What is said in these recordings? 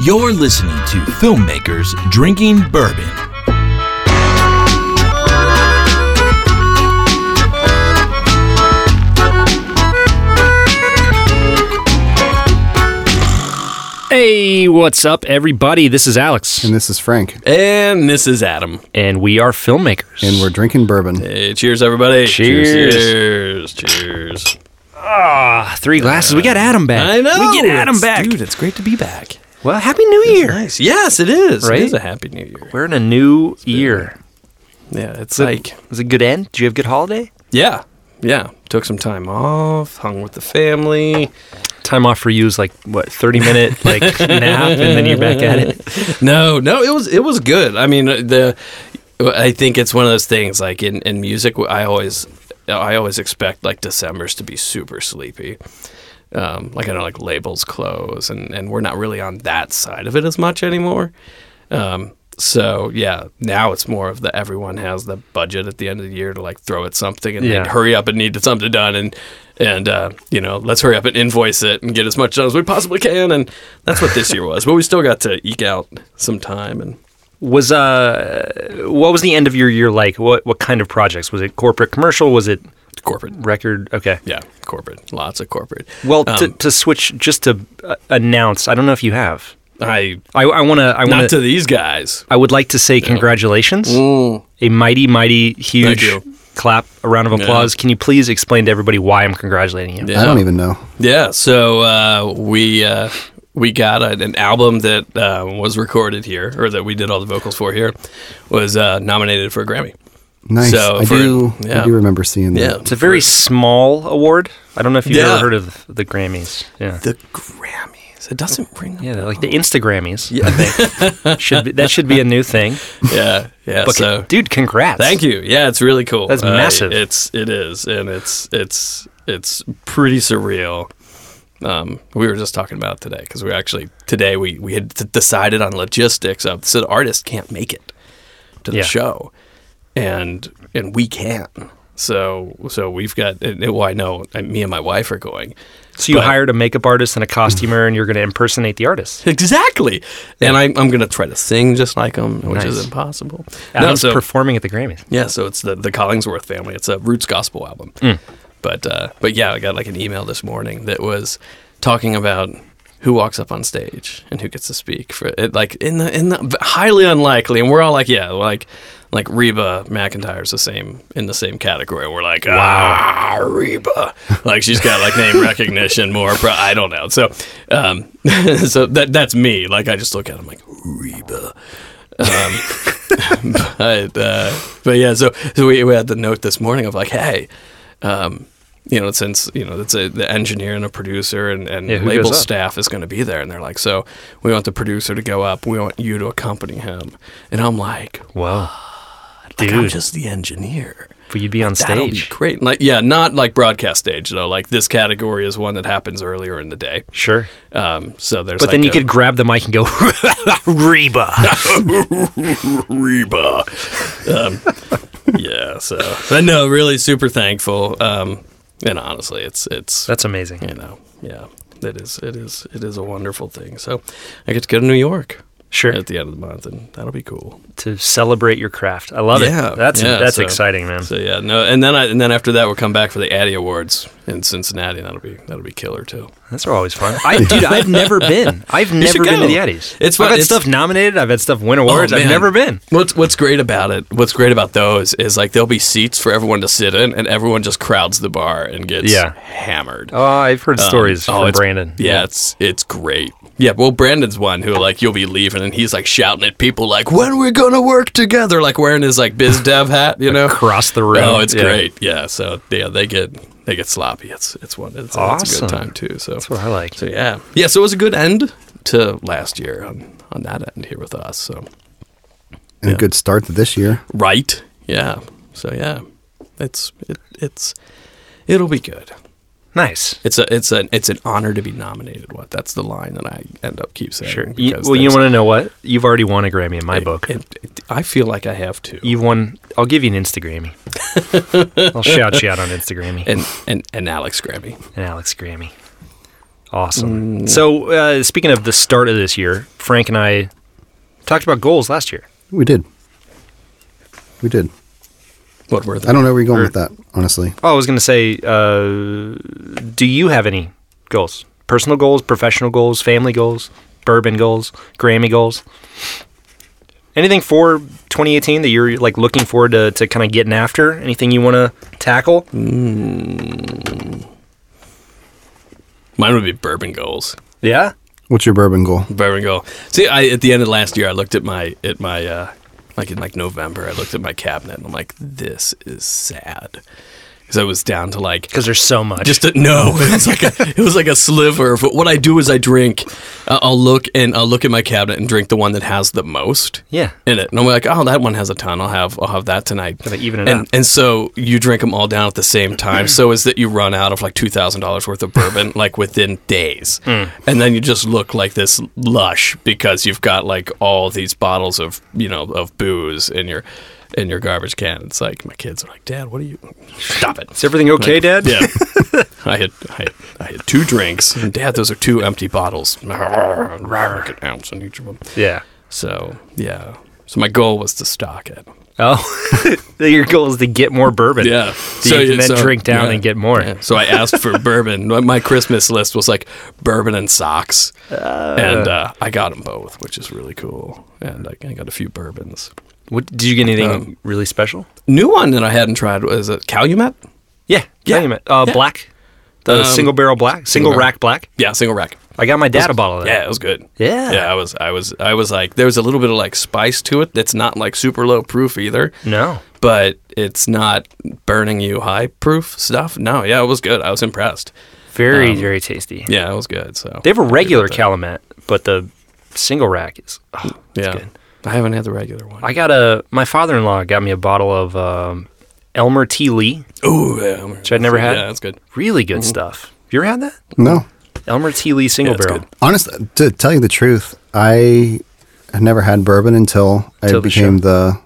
You're listening to Filmmakers Drinking Bourbon. Hey, what's up, everybody? This is Alex, And this is Frank, And this is Adam. and we are filmmakers. and Eh. we're drinking bourbon. Hey, cheers, everybody. Cheers. Cheers. Cheers. Uh, Ah, three glasses. We got Adam back. I know. We get Adam It's- back. Dude, it's great to be back. Well, happy New Year. Nice. Yes, it is. Right? It is a happy new year. We're in a new year. Yeah, it's Like, like, was it a good end? Did you have a good holiday? yeah, yeah. Took some time off, hung with the family. Time off for you is like what thirty minute like nap, and then you're back at it. No, no, it was it was good. I mean, uh, the I think it's one of those things like in in music. I always I always expect like December's to be super sleepy. Um, like I know, like labels close, and and we're not really on that side of it as much anymore. Um, so yeah, now it's more of the everyone has the budget at the end of the year to like throw at something and Yeah. they'd hurry up and need something done and and uh, you know let's hurry up and invoice it and get as much done as we possibly can and that's what this year was. But we still got to eke out some time and Was uh, what was the end of your year like? What what kind of projects was it? Corporate, commercial? Was it corporate. record? Okay. Yeah, corporate. Lots of corporate. Well, to, Um, to switch just to uh, announce, I don't know if you have. I I want to. I not want to these guys. I would like to say congratulations. A mighty, mighty, huge Thank you. clap, a round of applause. Can you please explain to everybody why I'm congratulating you? I don't even know. Yeah, so uh, we uh, we got a, an album that uh, was recorded here, or that we did all the vocals for here, was uh, nominated for a Grammy. Nice. So, I for- do. yeah. I do remember seeing that. It's a very small award. I don't know if you've Yeah. ever heard of the Grammys. Yeah. the Grammys. It doesn't ring. yeah, they're like the Instagrammys. Yeah. I think. should be, that should be a new thing. yeah, yeah. But so dude, congrats. Thank you. Yeah, it's really cool. Uh, That's massive. It's it is, and it's it's it's pretty surreal. Um, we were just talking about it today because we actually today we we had t- decided on logistics of so the artist can't make it to the Yeah. show, and and we can't. So so we've got and, well I know and me and my wife are going So you But- hired a makeup artist and a costumer and you're going to impersonate the artist. exactly, and I, I'm going to try to sing just like him, which Nice. is impossible. No, Adam's so- performing at the Grammys. Yeah, so it's the the Collingsworth family. It's a roots gospel album. But uh, but yeah, I got like an email this morning that was talking about who walks up on stage and who gets to speak for it, like in the in the highly unlikely, and we're all like, yeah, like like Reba McIntyre's the same in the same category. We're like, ah, Reba, like she's got like name recognition more. Pro- I don't know. So um, so that that's me. Like I just look at him like Reba. But, uh, but yeah, so, so we, we had the note this morning of like, hey, um, you know, since you know that's a, the engineer and a producer and, and Yeah, who label goes up? staff is going to be there, and they're like, so we want the producer to go up, we want you to accompany him, and I'm like, Wow. like I'm Dude. just the engineer. But you'd be on That'll be stage. great. Like, yeah, not like broadcast stage though. Like this category is one that happens earlier in the day. Sure. Um, so there's. But then like, you a- could grab the mic and go, Reba. Reba. Um, yeah, so but no, really super thankful. Um, and honestly, it's it's That's amazing. you know yeah, it is it is it is a wonderful thing. So I get to go to New York Sure. at the end of the month, and that'll be cool. to celebrate your craft. I love Yeah, it. Oh, That's yeah, that's so- exciting, man. So yeah, no, and then I and then after that we'll come back for the Addy Awards in Cincinnati, and that'll be that'll be killer too. That's always fun. I, dude, I've never been. I've never should been to go. the Eddies. I've It's fun. had It's- stuff nominated. I've had stuff win awards. Oh, I've man. never been. What's what's great about it? What's great about those is like there'll be seats for everyone to sit in, and everyone just crowds the bar and gets Yeah. hammered. Oh, I've heard stories Um, from it's- Brandon. Yeah, it's it's great. Yeah, well, Brandon's one who like you'll be leaving and he's like shouting at people like when we're gonna work together, like wearing his like biz dev hat, you know. across the room. Oh, it's Yeah. great. Yeah, so yeah, they get they get sloppy. It's it's one. It's, it's a Awesome. good time too. So that's what I like. So yeah, yeah. So it was a good end to last year on on that end here with us. So And a good start to this year. right. Yeah. So yeah, it's it, it's it'll be good. Nice. It's a it's an it's an honor to be nominated. What that's the line that I end up keep saying. Sure. You- because well, you there's- want to know what? You've already won a Grammy in my book. it- it- I feel like I have to. You've won. I'll give you an Instagrammy. Eh. I'll shout you out on Instagrammy and and and Alex Grammy. and Alex Grammy. Awesome. So, uh, speaking of the start of this year, Frank and I talked about goals last year. We did. We did. What were they? I don't know where you're going with that, honestly. Oh, I was going to say, uh, do you have any goals? Personal goals, professional goals, family goals, bourbon goals, Grammy goals? Anything for 2018 that you're like looking forward to, to kind of getting after? Anything you want to tackle? Mine would be bourbon goals. Yeah. What's your bourbon goal? Bourbon goal. See, I at the end of last year, I looked at my at my uh, like in like November, I looked at my cabinet and I'm like, this is sad because I was down to like Because there's so much. just a, no. It was like a it was like a sliver. But what I do is I drink. Uh, I'll look and I'll look at my cabinet and drink the one that has the most. Yeah. In it, and I'm like, oh, that one has a ton. I'll have I'll have that tonight. Gotta even it and, out. And so you drink them all down at the same time. so is that you run out of like two thousand dollars worth of bourbon like within days, Hmm. and then you just look like this lush because you've got like all these bottles of you know of booze in your in your garbage can. It's like my kids are like, Dad, what are you? Stop it. is everything okay, Dad? Yeah. I had I, I had two drinks. And Dad, those are two empty bottles. Like an ounce in each of them. Yeah. So yeah. So my goal was to stock it. Oh, your goal is to get more bourbon. So, you can then drink down yeah. and get more. Yeah. So I asked for bourbon. My- My Christmas list was like bourbon and socks, and uh, I got them both, which is really cool. And I, I got a few bourbons. What, did you get anything Um, really special? New one that I hadn't tried was a Calumet. Yeah, Yeah. Calumet. Uh, Black, the Um, single barrel black, single barrel. rack black. Yeah, single rack. I got my dad a bottle of that. Yeah, it was good. Yeah. yeah. I was, I was, I was like, there was a little bit of like spice to it. That's not like super low proof either, No. but it's not burning you high proof stuff. No, yeah, it was good. I was impressed. Very, very tasty. Um, Yeah, it was good. So They have a regular Calumet, but the single rack is. Oh, it's yeah, good. I haven't had the regular one. I got a. My father in law got me a bottle of um, Elmer T. Lee. oh, yeah, which I'd never had. Yeah, that's good. Mm-hmm. Really good stuff. You ever had that? No. Elmer T. Lee single it's barrel. good. Honestly, to tell you the truth, I had never had bourbon until I Till the became show. the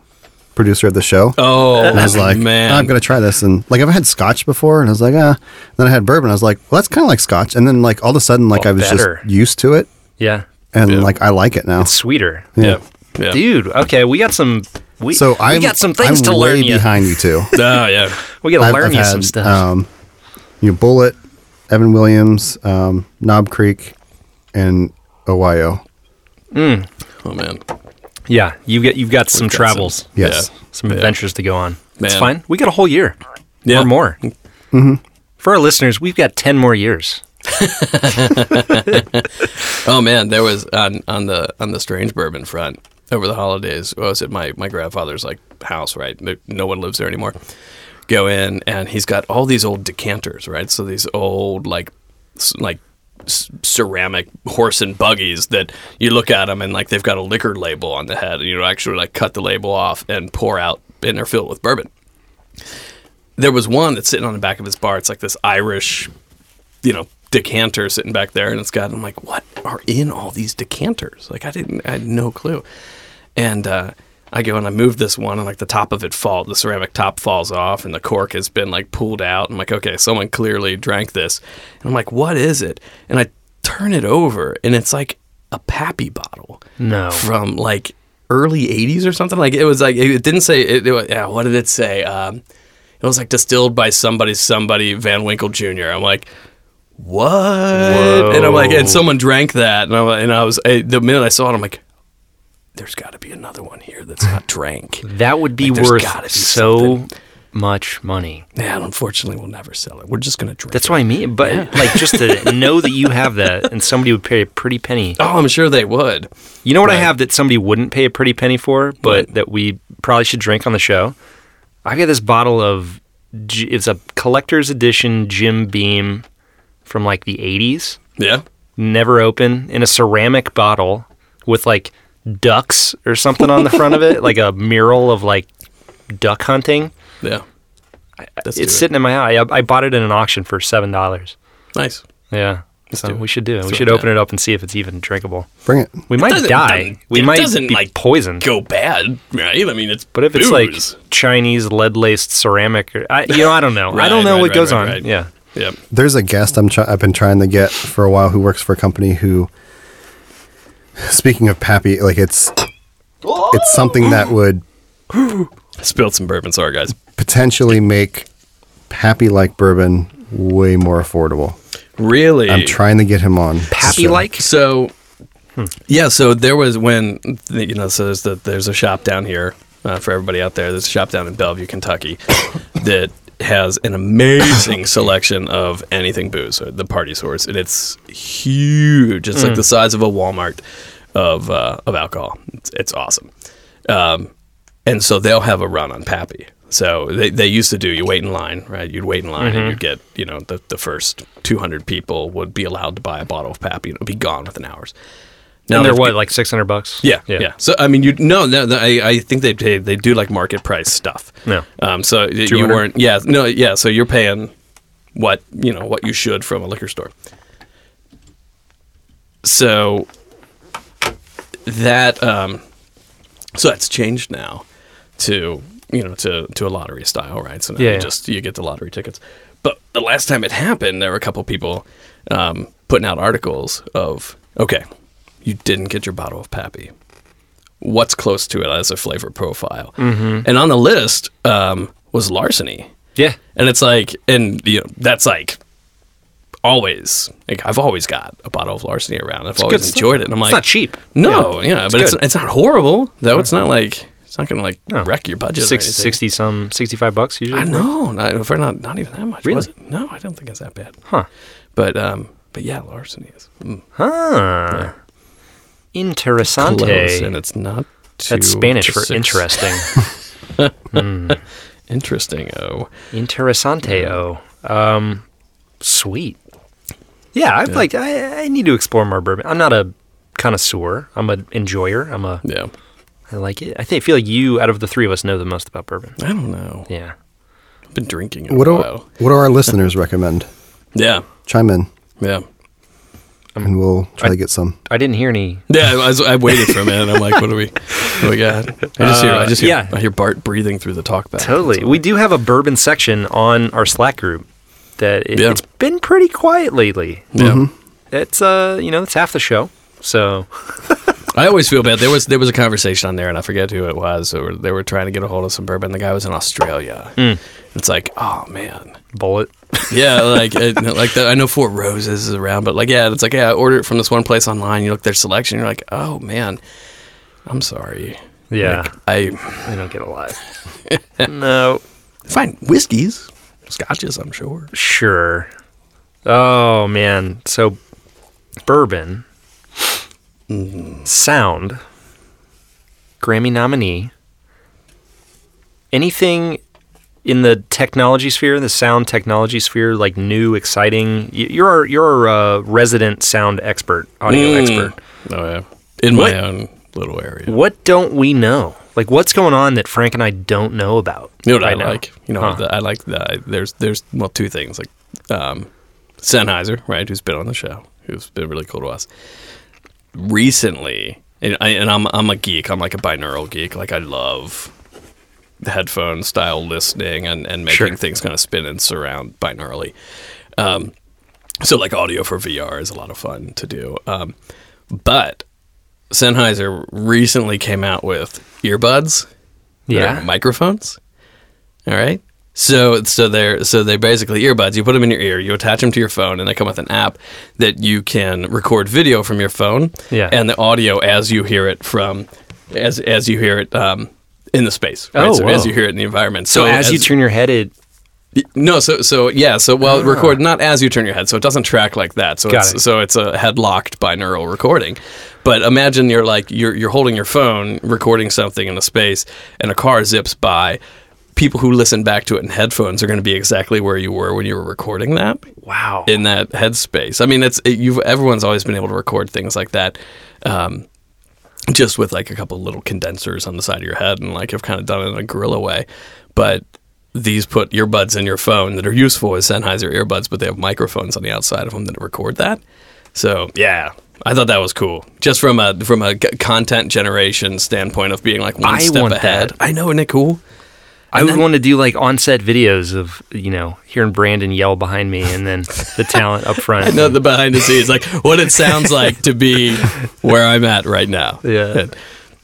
producer of the show. Oh, And I was like, man, I'm gonna try this, and like I've had Scotch before, and I was like, ah. Then I had bourbon, I was like, well, that's kind of like Scotch, and then like all of a sudden, like Oh, I was better. just used to it, Yeah. and like I like it now. Sweeter. yeah, yeah. Dude, okay, we got some. We, So I'm we got some things I'm to way learn you. behind you two. Oh, yeah. We got to I've- learn I've you had, some stuff. Um, you know, Bullet, Evan Williams, um, Knob Creek, and Ohio. Oh man, yeah, you get you've got some got some- travels, Yes. Yeah. some adventures to go on. It's Man. fine. We got a whole year Yeah. or more. Mm-hmm. For our listeners, we've got ten more years. Oh man, there was on on the on the strange bourbon front over the holidays. I was at my my grandfather's like house, right? No- No one lives there anymore. Go in, and he's got all these old decanters, right? So these old like s- like s- ceramic horse and buggies that you look at them and like they've got a liquor label on the head, and you actually like cut the label off and pour out, and they're filled with bourbon. There was one that's sitting on the back of his bar. It's like this Irish you know decanter sitting back there and it's got i'm like what are in all these decanters like i didn't i had no clue and uh I go and I move this one, and like the top of it fall, the ceramic top falls off, and the cork has been like pulled out. I'm like, okay, someone clearly drank this. And I'm like, what is it? And I turn it over, and it's like a pappy bottle No. from like early 80s or something like it was like it didn't say it, it was- yeah what did it say um it was like distilled by somebody somebody van winkle jr i'm like what and i'm like and someone drank that and, I'm, like- and i was I, the minute i saw it i'm like there's got to be another one here that's not drank That would be Like, there's worth gotta be so something. much money. and unfortunately we'll never sell it we're just gonna drink That's it. what I mean. But like, just to know that you have that, and somebody would pay a pretty penny. oh i'm sure they would You know what I have that somebody wouldn't pay a pretty penny for, but that we probably should drink on the show? I've got this bottle of, G- it's a collector's edition Jim Beam from like the 80s, yeah never open, in a ceramic bottle with like ducks or something on the front of it, like a mural of like duck hunting. yeah Let's do it's it. sitting in my eye. I, I bought it in an auction for $7. nice Yeah. so do it. we should do it. we do should it, open it up and see if it's even drinkable. Bring it. We might doesn't- die. doesn't- We it might doesn't, be like, poisoned. go bad right i mean it's But if it's booze. like Chinese lead laced ceramic, or, I, you know, I don't know. I don't Right, know right, what right, goes right, on. right. Yeah, Yep. There's a guest I'm try- I've been trying to get for a while who works for a company who, speaking of Pappy, like it's it's something that would Spilled some bourbon. Sorry, guys. potentially make Pappy like bourbon way more affordable. Really? I'm trying to get him on. Pappy like? So, yeah. So there was when you know. So there's the, there's a shop down here uh, for everybody out there. There's a shop down in Bellevue, Kentucky, that has an amazing selection of anything booze, uh, the party source, and it's huge. It's like the size of a Walmart of uh, of alcohol. It's, it's awesome. Um, and so they'll have a run on Pappy. So they, they used to do you wait in line, right? You'd wait in line Mm-hmm. and you'd get, you know, the, the first 200 people would be allowed to buy a bottle of Pappy and it would be gone within hours. Now and they're they've- what, like 600 bucks? yeah, yeah, So I mean, you no, no. no, I, I think they pay, they do like market price stuff. Yeah. Um. So y- you 200? weren't. Yeah. No. Yeah. So you're paying what you know what you should from a liquor store. So that um, so that's changed now to you know to to a lottery style, right? So now Yeah, you yeah. just you get the lottery tickets. But the last time it happened, there were a couple people um, putting out articles of okay, you didn't get your bottle of Pappy. What's close to it as a flavor profile? Mm-hmm. And on the list um, was larceny, Yeah. and it's like, and you know, that's like always like I've always got a bottle of larceny around. I've always stuff. enjoyed it. And I'm like, it's not cheap. no, yeah, but it's good. it's not horrible though. It's not like it's not gonna like wreck your budget. Six, Six, or anything. 60 some, 65 bucks usually. I know. Not, if we're not not even that much. Was Really? it? No, I don't think it's that bad. Huh. But um, but yeah, larceny is mm, Huh. close, Interessante. and it's not. Too That's Spanish to for six. interesting. Interesting. Oh, Interessante. Oh, um, sweet. Yeah, I've like I, I need to explore more bourbon. I'm not a connoisseur. I'm an enjoyer. I'm a yeah. I like it. I think feel like you out of the three of us know the most about bourbon. I don't know. Yeah. I've been drinking in What a do while. what do our listeners recommend? Yeah, Chime in, yeah. and we'll try to get some. Um, I didn't hear any. Yeah, I, was, I waited for a minute. I'm like, what do we, what do we got? I just hear, I just hear, yeah. I hear Bart breathing through the talkback. Totally. We do have a bourbon section on our Slack group that it, Yeah. it's been pretty quiet lately. Yeah. It's uh, you know, it's half the show. So I always feel bad. There was there was a conversation on there, and I forget who it was. They were, they were trying to get a hold of some bourbon. The guy was in Australia. It's like, oh man, bullet. yeah, like it, like the, I know Four Roses is around, but like yeah, it's like yeah, I order it from this one place online. You look at their selection, you're like, oh man, I'm sorry. Yeah. I I don't get a lot. no. find whiskeys, scotches, I'm sure. Sure. Oh man. So bourbon sound Grammy nominee. Anything in the technology sphere, the sound technology sphere, like new, exciting. y- You're our, you're our uh, resident sound expert, audio expert. Oh yeah, in What? my own little area. What don't we know? Like what's going on that Frank and I don't know about? You know what I right now? like? You know, Huh. the, I like the there's there's well two things like um, Sennheiser, right? Who's been on the show? Who's been really cool to us recently? And, I, and I'm I'm a geek. I'm like a binaural geek. Like I love the headphone style listening and and making Sure. things kind of spin and surround binaurally. Um, so like audio for VR is a lot of fun to do. Um, but Sennheiser recently came out with earbuds yeah. yeah. microphones. All right. So so they're so they're basically earbuds. You put them in your ear, you attach them to your phone, and they come with an app that you can record video from your phone. Yeah. And the audio as you hear it from as as you hear it um, in the space. Right? Oh, so as whoa. you hear it in the environment. so as, you turn your head, it no, so so yeah, so well, record not as you turn your head, so it doesn't track like that. So Ah. Got it's, it. so it's a head locked binaural recording. But imagine you're like you're you're holding your phone, recording something in a space, and a car zips by. People who listen back to it in headphones are going to be exactly where you were when you were recording that wow. in that headspace. I mean, it's it, you've everyone's always been able to record things like that, um, just with like a couple little condensers on the side of your head, and like have kind of done it in a guerrilla way. But these put earbuds in your phone that are useful as Sennheiser earbuds, but they have microphones on the outside of them that record that. So yeah. I thought that was cool, just from a from a g- content generation standpoint of being like one I step want ahead. that. I know, isn't it cool? I would want to do like on-set videos of you know hearing Brandon yell behind me, and then the talent up front. No, the behind the scenes, like what it sounds like to be where I'm at right now. Yeah. And-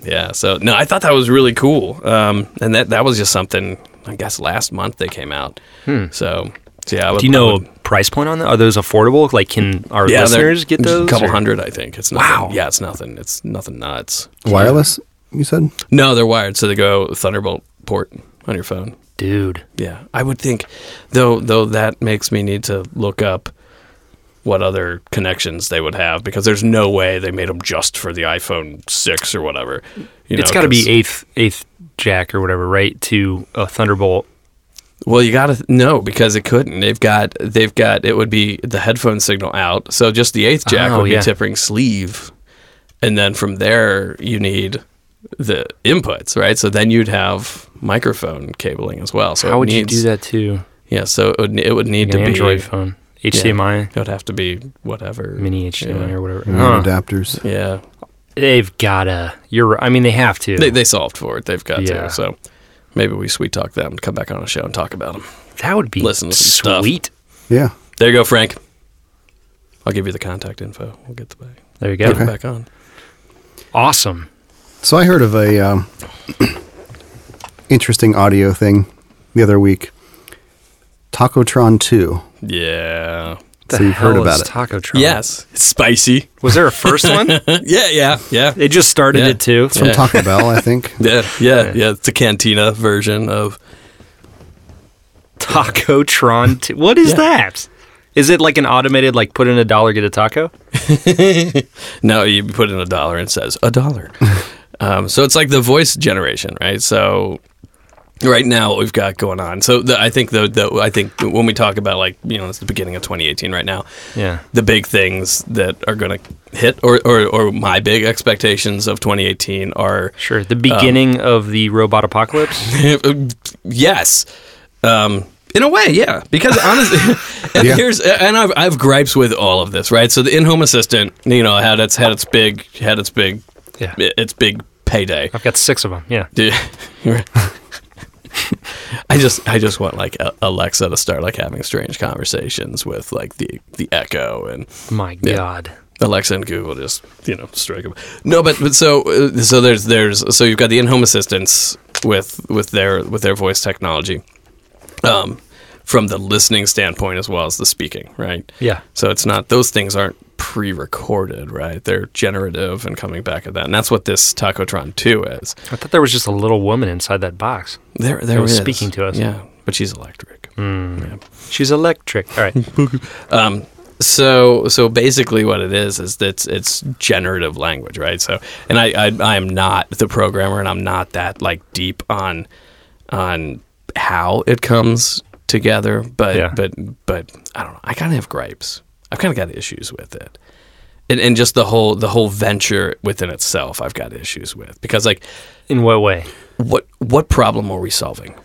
yeah. So no, I thought that was really cool, um, and that that was just something I guess last month they came out. So, so yeah, I would, do you I know would- a price point on that? Are those affordable? Like, can our yeah, they're listeners get just those? A couple or- hundred, I think. It's nothing, Wow. Yeah, it's nothing. It's nothing nuts. Wireless, you said? No, they're wired, so they go Thunderbolt port on your phone. dude. Yeah, I would think, though. Though that makes me need to look up what other connections they would have because there's no way they made them just for the iPhone six or whatever. You know, it's got to be 'cause- eighth eighth jack or whatever, right? To a Thunderbolt. Well, you gotta no because it couldn't. They've got they've got it would be the headphone signal out, so just the eighth jack Oh, would yeah. be tippering sleeve, and then from there you need the inputs, right? So then you'd have microphone cabling as well. So How it would needs- you do that to Yeah, so it would, it would need an to be Android phone? HDMI, It would have to be whatever mini HDMI, Yeah. or whatever. Remote Huh. Adapters. Yeah, They've gotta. You're. right. I mean, they have to. they they solved for it. They've got Yeah. to. So maybe we sweet talk them, come back on a show and talk about them. that would be Listen to some stuff. sweet. Yeah. There you go, Frank. I'll give you the contact info. We'll get the back. There you go. Get them back on. Awesome. So I heard of a um, interesting audio thing the other week. Tacotron 2. Yeah. So you've heard hell about is it. Taco Truck. Yes. It's spicy. Was there a first one? Yeah, yeah, yeah. They just started Yeah. it too. From Yeah. Taco Bell, I think. Yeah, yeah, yeah. It's a cantina version of Taco Tron. T- what is Yeah. that? Is it like an automated like put in a dollar get a taco? No, you put in a dollar and it says a dollar. um, so it's like the voice generation, right? So right now what we've got going on. So the, I think the, the I think when we talk about like you know it's the beginning of 2018 right now. Yeah. The big things that are going to hit, or, or or my big expectations of 2018 are Sure. The Um. beginning of the robot apocalypse. uh, yes. Um, in a way, yeah. Because honestly, and Yeah. here's and I've, I have gripes with all of this, right? So the in-home assistant, you know, had its had its big had its big Yeah. its big payday. I've got six of them. Yeah. Dude, I just I just want like a- Alexa to start like having strange conversations with like the the Echo and My God. Alexa and Google just you know strike them. No, but but so uh, so there's there's so you've got the in-home assistants with with their with their voice technology, um, from the listening standpoint as well as the speaking, right? Yeah. So it's not those things aren't pre-recorded, right? They're generative and coming back at that, and that's what this Tacotron Two is. I thought there was just a little woman inside that box. There, there was is. speaking to us. Yeah, but she's electric. She's electric. All right. Um, so, so basically, what it is is that it's, it's generative language, right? So, and I, I, I am not the programmer, and I'm not that like deep on, on how it comes together. But, Yeah. but, but I don't know. I kind of have gripes. I've kind of got issues with it. And, and just the whole the whole venture within itself, I've got issues with because like In what way? what what problem are we solving?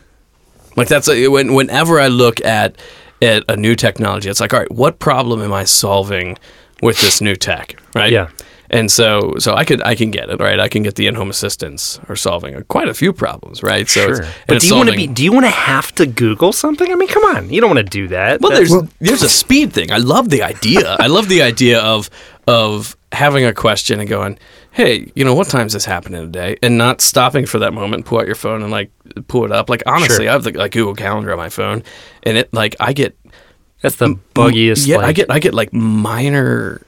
Like that's a, when, whenever I look at at a new technology, it's like, all right, what problem am I solving with this new tech, right? Yeah. And so so I could I can get it, right? I can get the in-home assistants are solving quite a few problems, right? So Sure. it's, and But it's do you want to solving- be? Do you want to have to Google something? I mean, come on. You don't want to do that. Well, That- there's there's a speed thing. I love the idea. I love the idea of of having a question and going, "Hey, you know, what time's this happening today?" and not stopping for that moment, pull out your phone and like pull it up. Like honestly, Sure. I have the like Google Calendar on my phone, and it like I get that's the buggiest. Mm, yeah, I like- get I get like minor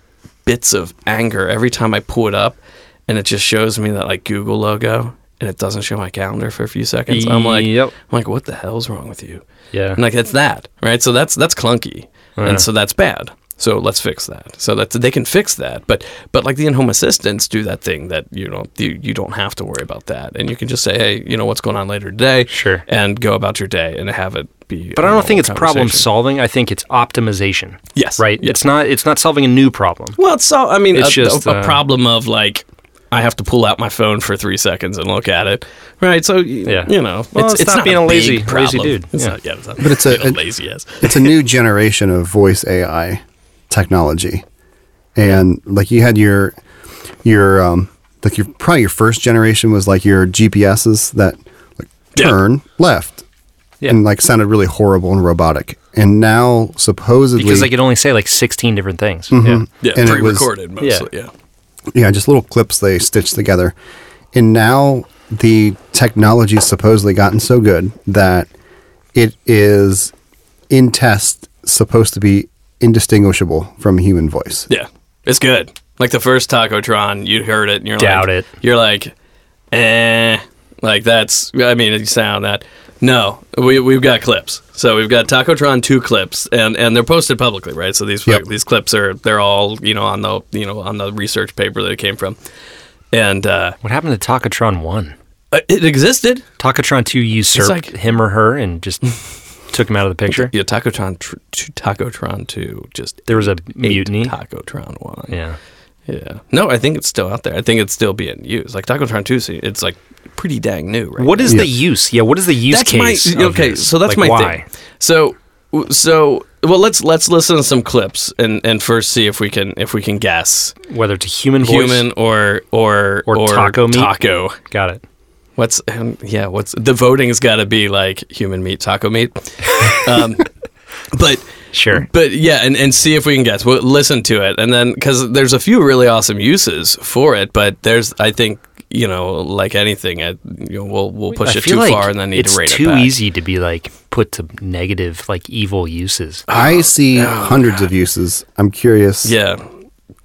bits of anger every time I pull it up, and it just shows me that like Google logo, and it doesn't show my calendar for a few seconds. I'm like, Yep. I'm like, what the hell's wrong with you? Yeah. Oh, and like it's that right. So that's that's clunky, and so that's bad. So let's fix that. So that they can fix that, but but like the in-home assistants do that thing that you don't you, you don't have to worry about that, and you can just say, hey, you know what's going on later today, Sure. and go about your day and have it be. But I don't think it's problem solving. solving. I think it's optimization. Yes. Right. Yes. It's not. It's not solving a new problem. Well, it's so. I mean, It's a, just, a, uh, a problem of like I have to pull out my phone for three seconds and look at it, right? So yeah. you know, Well, it's not being a big lazy- lazy problem. dude. It's Yeah. not, yeah, it's not But it's a- being it- lazy ass. it's a new generation of voice AI technology, and like you had your your um like your probably your first generation was like your GPSs that like Yeah. turn left Yeah. and like sounded really horrible and robotic. And now supposedly because I could only say like 16 different things. Yeah. Yeah, And it was- pre-recorded mostly. Yeah. yeah, just little clips they stitched together. And now the technology's supposedly gotten so good that it is in test supposed to be indistinguishable from a human voice. yeah, It's good. Like the first Tacotron, you heard it, and you're Doubt like, it. You're like, eh, like that's. I mean, you sound that. No, we we've got clips. So we've got Tacotron two clips, and and they're posted publicly, right? So these Yep. these clips are they're all you know on the you know on the research paper that it came from, and uh, What happened to Takatron 1? it existed. Takatron 2 usurped like- him or her and just took him out of the picture. Yeah, Tacotron tr- two, Tacotron two, just There was a ate mutiny. Tacotron one. Yeah. Yeah. No, I think it's still out there. I think it's still being used. Like Tacotron 2, so it's like pretty dang new, right? What now. is the use? Yeah, what is the use that's case? my of okay? this? So that's Like, my why? thing. So w- so well, let's let's listen to some clips and and first see if we can if we can guess Whether it's a human voice. human or or Or taco meat? taco. Got it. What's um, yeah? What's the voting's got to be like human meat, taco meat, um, but. Sure. But yeah, and, and see if we can guess. We'll listen to it, and then because there's a few really awesome uses for it, but there's I think you know like anything, I, you know, we'll we'll push I it feel too like far and then need it's to rate too it back. easy to be like put to negative, like evil uses. I see hundreds of uses. I'm curious Oh, Yeah.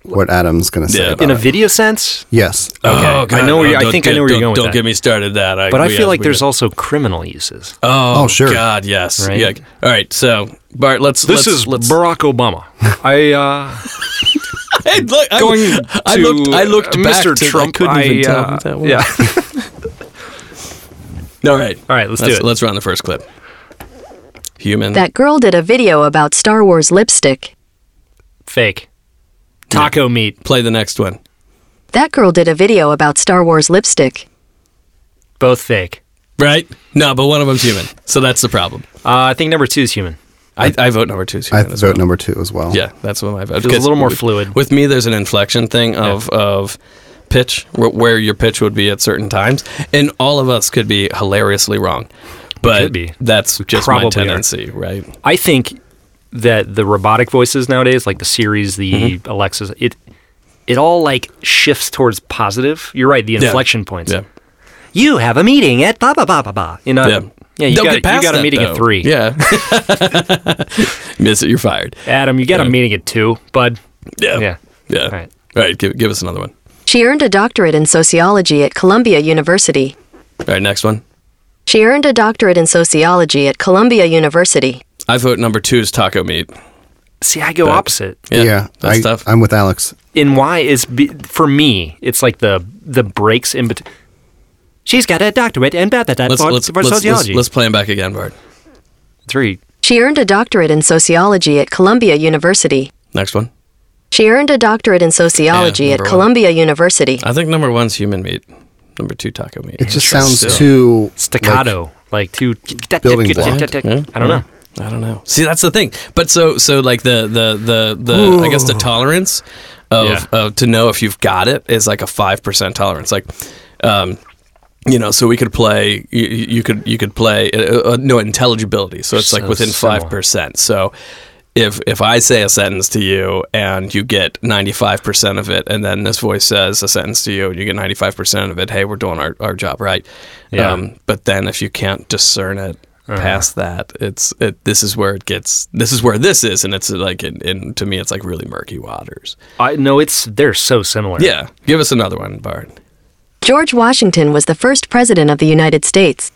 what Adam's going to say Yeah. about In a it. video sense, yes. Oh, I know where you- I don't think I know where you're don't- going with Don't that. get me started that. I, but I we- feel like we- there's also criminal uses. Oh, Oh, sure. God, yes. Right? Yeah. All right. So Bart, let's. This let's, is let's, Barack Obama. I uh, Hey, look, I, going. I to, looked. I looked uh, back Mr. to- Trump. I couldn't even tell uh, what that was. Yeah. All right. All right, let's do it. Let's run the first clip. Human. That girl did a video about Star Wars lipstick. Fake. Taco meat. Play the next one. That girl did a video about Star Wars lipstick. Both fake. Right? No, but one of them's human. So that's the problem. Uh, I think number two is human. I, I vote number two is I human. as vote well. number 2 as well. Yeah, that's what my vote. Feels a 'cause little more with- fluid. With me, there's an inflection thing of of pitch wh- where your pitch would be at certain times, and all of us could be hilariously wrong. But could be. that's just probably my are. tendency, right? I think that the robotic voices nowadays, like the Series, the Alexas, it it all like shifts towards positive. You're right. The inflection points. Yeah. You have a meeting at blah blah blah blah blah. You know. Yeah. uh, Yeah. you Don't got, get you past got a that, meeting though. at three. Yeah. Miss it, you're fired. Adam, you got a meeting at two, bud. Yeah. Yeah. Yeah. Oh. All All right. right. give, give us another one. She earned a doctorate in sociology at Columbia University. All right, next one. She earned a doctorate in sociology at Columbia University. I vote number two is taco meat. See, I go opposite. Yeah. that's I, tough. I'm with Alex. And why is be, for me? It's like the the breaks in between. She's got a doctorate and blah, blah, blah, let's, for, let's, for let's, let's, sociology. let's play him back again, Bart. Three. She earned a doctorate in sociology at Columbia University. Next one. She earned a doctorate in sociology Yeah, at number one. Columbia University. I think number one's human meat. Number two, taco meat. It just sounds Still. too Staccato, like, two Building block. I don't know. I don't know. See, that's the thing. But so, so like the the the the I guess the tolerance of, Yeah. of to know if you've got it is like a five percent tolerance. Like, um, you know, so we could play. You, you could you could play uh, uh, no intelligibility. So it's like So within similar. five percent. So. If, if I say a sentence to you and you get 95% of it, and then this voice says a sentence to you and you get 95% of it, hey, we're doing our, our job right. Um, Yeah. but then if you can't discern it past that, it's it, this is where it gets. This is where this is, and it's like in, in to me, it's like really murky waters. I no, it's they're so similar. Yeah, give us another one, Bart. George Washington was the first president of the United States.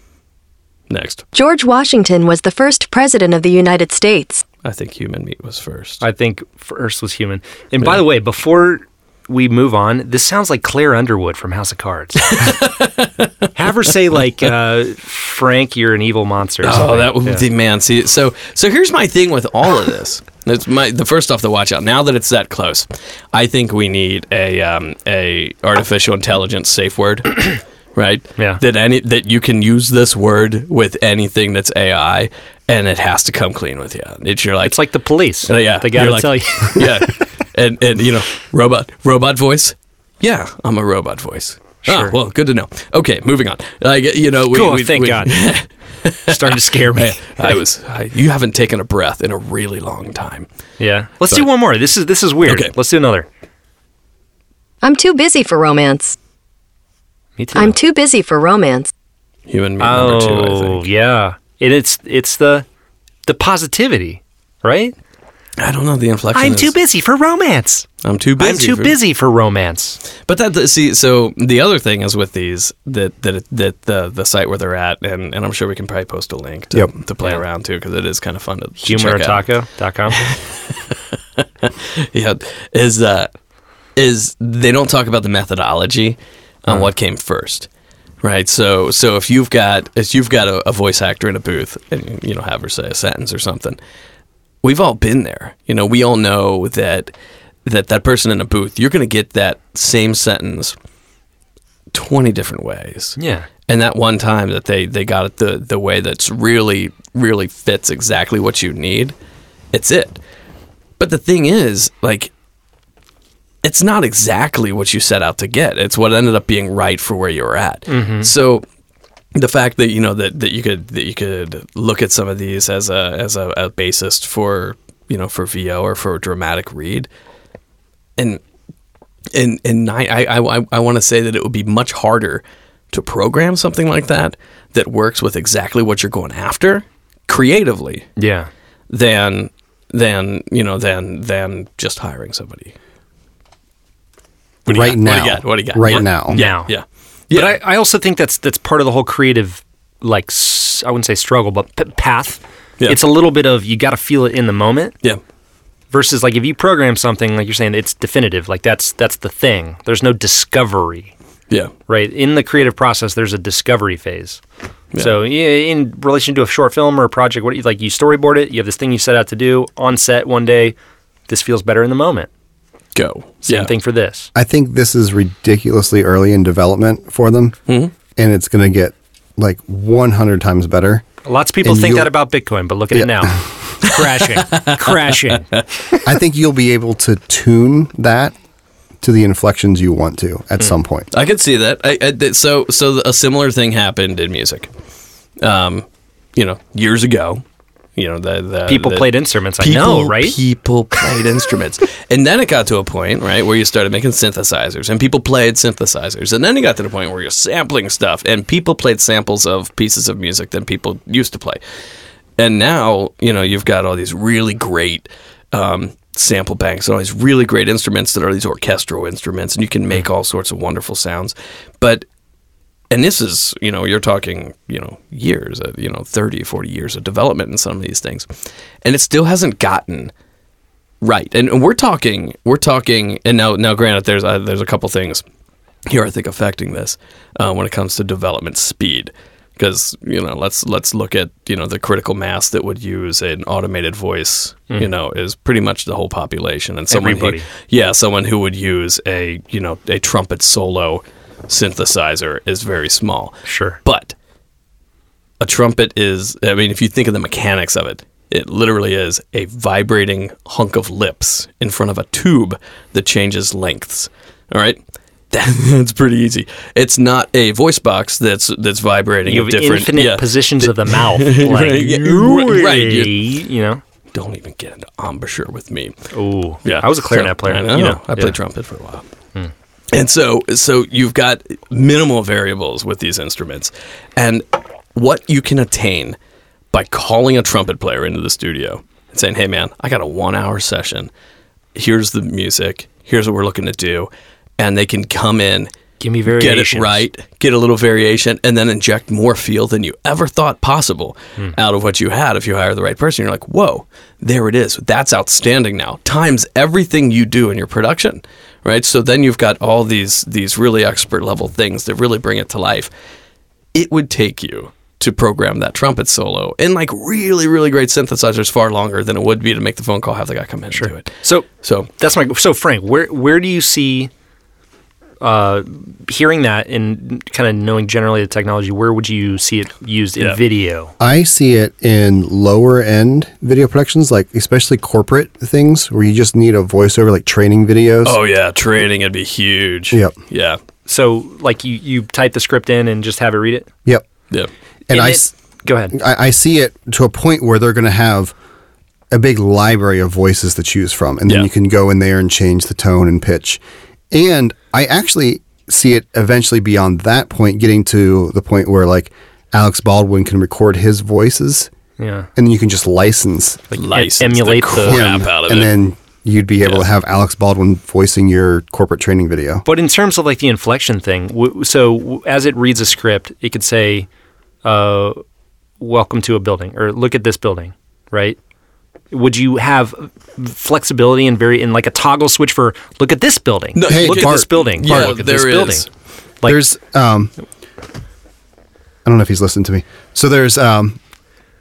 Next, George Washington was the first president of the United States. I think human meat was first. I think first was human. And by the way, before we move on, this sounds like Claire Underwood from House of Cards. Have her say like uh, Frank, you're an evil monster. or Oh, something. that would Yeah. be man. See, so so here's my thing with all of this. That's my the first off the watch out. Now that it's that close, I think we need a um, a artificial intelligence safe word, right? Yeah. That any that you can use this word with anything that's AI, and it has to come clean with you. It's your like It's like the police. Uh, yeah, they gotta you're like- tell you. yeah, and and you know robot robot voice Yeah, I'm a robot voice. Sure. Ah, well, good to know. Okay, moving on. Like you know, we, Cool, we- thank we- God. Starting to scare me. I was. I, you haven't taken a breath in a really long time. Yeah. Let's do But- one more. This is this is weird. Okay. Let's do another. I'm too busy for romance. Me too. I'm too busy for romance. Human being number two. I oh think. yeah. And it's it's the the positivity, right? I don't know the inflection. I'm is- too busy for romance. I'm too busy. I'm too for- busy for romance. But that that- see, so the other thing is with these that that that the the site where they're at, and, and I'm sure we can probably post a link to, Yep. to play Yeah. around too because it is kind of fun to check out. Humorandtaco.com. yeah, is uh, is they don't talk about the methodology on what came first, right? So so if you've got if you've got a, a voice actor in a booth and you know have her say a sentence or something, we've all been there. You know, we all know that that that person in a booth, you're going to get that same sentence twenty different ways. yeah. And that one time that they, they got it the, the way that's really, really fits exactly what you need, it's it. But the thing is, like, it's not exactly what you set out to get. It's what ended up being right for where you were at. So the fact that, you know, that, that you could that you could look at some of these as a as a, a basis for you know, for VO or for a dramatic read. And and and I I I, I want to say that it would be much harder to program something like that that works with exactly what you're going after creatively Yeah. than than you know than than just hiring somebody. What do you right got? now. What do you got? What do you got? Right What- now. Now. Yeah. But I, I also think that's that's part of the whole creative, like s- I wouldn't say struggle, but p- path. Yeah. It's a little bit of you got to feel it in the moment Yeah. versus like if you program something like you're saying it's definitive, like that's that's the thing. There's no discovery, Yeah. right? In the creative process, there's a discovery phase. So yeah, in relation to a short film or a project, what you like you storyboard it, you have this thing you set out to do on set one day. This feels better in the moment. Go. Same yeah. thing for this. I think this is ridiculously early in development for them, Mm-hmm. and it's going to get like 100 times better. Lots of people And think you'll- that about Bitcoin, but look at Yeah. it now. crashing, crashing. I think you'll be able to tune that to the inflections you want to at Hmm. some point. I could see that. I, I did- so so a similar thing happened in music. Um, you know, years ago, you know, the, the People the- played instruments. I people, know, right? People played instruments. And then it got to a point, right, where you started making synthesizers and people played synthesizers. And then it got to the point where you're sampling stuff and people played samples of pieces of music that people used to play. And now, you know, you've got all these really great um, sample banks and all these really great instruments that are these orchestral instruments and you can Mm. make all sorts of wonderful sounds. But and this is you know you're talking you know years uh, you know 30 40 years of development in some of these things and it still hasn't gotten right and, and we're talking we're talking and now now granted there's uh, there's a couple things here i think affecting this uh, when it comes to development speed because you know let's let's look at you know the critical mass that would use an automated voice you know is pretty much the whole population and someone who, Everybody. yeah someone who would use a you know a trumpet solo synthesizer is very small Sure. but a trumpet is, I mean, if you think of the mechanics of it, it literally is a vibrating hunk of lips in front of a tube that changes lengths. All right? That's pretty easy. It's not a voice box that's that's vibrating. You at have different, infinite yeah. positions of the mouth. Like, Right, yeah, right, right, you- you know. Don't even get into embouchure with me. Ooh, I was a clarinet So- player. I know. You know, I played yeah. Hmm. trumpet for a while. And so, so you've got minimal variables with these instruments, and what you can attain by calling a trumpet player into the studio and saying, "Hey, man, I got a one-hour session. Here's the music. Here's what we're looking to do," and they can come in, Give me get variations. it right, get a little variation, and then inject more feel than you ever thought possible out of what you had if you hire the right person. You're like, whoa, there it is. That's outstanding now. Times everything you do in your production, right? So then you've got all these these really expert level things that really bring it to life. It would take you to program that trumpet solo in like really, really great synthesizers far longer than it would be to make the phone call, have the guy come in and do it. So So that's my. So Frank, where where do you see uh, hearing that and kind of knowing generally the technology, where would you see it used Yeah. in video? I see it in lower end video productions, like especially corporate things where you just need a voiceover, like training videos. Oh yeah, training would be huge. Yep. Yeah. So, like, you, you type the script in and just have it read it? Yep. Yep. And I it- s- go ahead. I, I see it to a point where they're going to have a big library of voices to choose from, and then Yeah. you can go in there and change the tone and pitch. And I actually see it eventually beyond that point, getting to the point where like Alex Baldwin can record his voices, Yeah. and then you can just license License emulate the the- crap him, out of and it. then you'd be able to have Alex Baldwin voicing your corporate training video. But in terms of like the inflection thing, w- so w- as it reads a script, it could say, uh, "Welcome to a building," or "Look at this building," right? Would you have flexibility and very in like a toggle switch for "Look at this building," No, Hey, "Look at Bart. this building," Yeah, "Look at there this is. building"? Like, there's um, I don't know if he's listened to me. So there's um,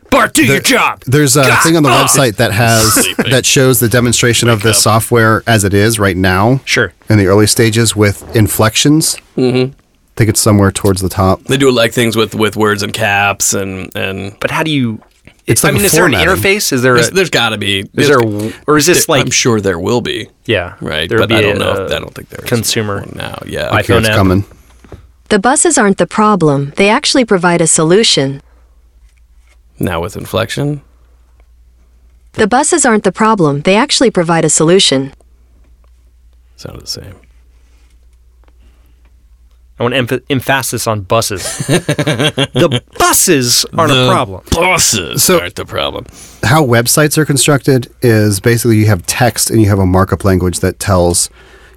Bart, do your job. There's a thing on the website that has Sleeping. that shows the demonstration of this software as it is right now. Sure. In the early stages with inflections. Mm-hmm. I think it's somewhere towards the top. They do like things with with words and caps and and But how do you? It's I like mean, a is there an formatting. interface? Is there? A, there's, there's got to be is there? a- or is this like? I'm sure there will be. yeah. Right, there'd but I be don't know. a if, I don't think there is consumer. one now. Yeah, I- Here it's iPhone app. coming. The buses aren't the problem, they actually provide a solution. now with inflection. The buses aren't the problem, they actually provide a solution. Sounded the same. I want emph- emphasis on buses. the buses aren't a problem. Bosses So- aren't the problem. How websites are constructed is basically you have text and you have a markup language that tells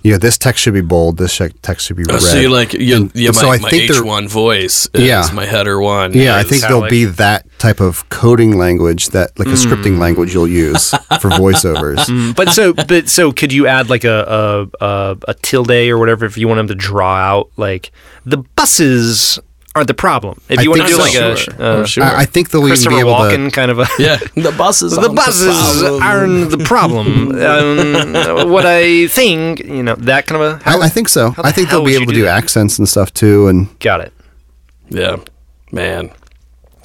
you know this text should be bold, this sh- text should be red. Oh, So you like you, you so I my, my think they're- H1 voice is Yeah. my header one. yeah, I is- think there'll be that type of coding language that like a Hmm. scripting language you'll use for voiceovers. But so, but so, could you add like a a, a a tilde or whatever if you want them to draw out like the buses aren't the problem. If I you want to think do so. like a, Sure. uh, I'm sure. I, I think they'll even Christopher be able to Walken kind of a yeah, the buses. The aren't buses problem. aren't the problem. um, what I think, you know, that kind of a. I, I think so. the I think hell they'll be would you able to do do that? accents and stuff too. And Got it. Yeah, man.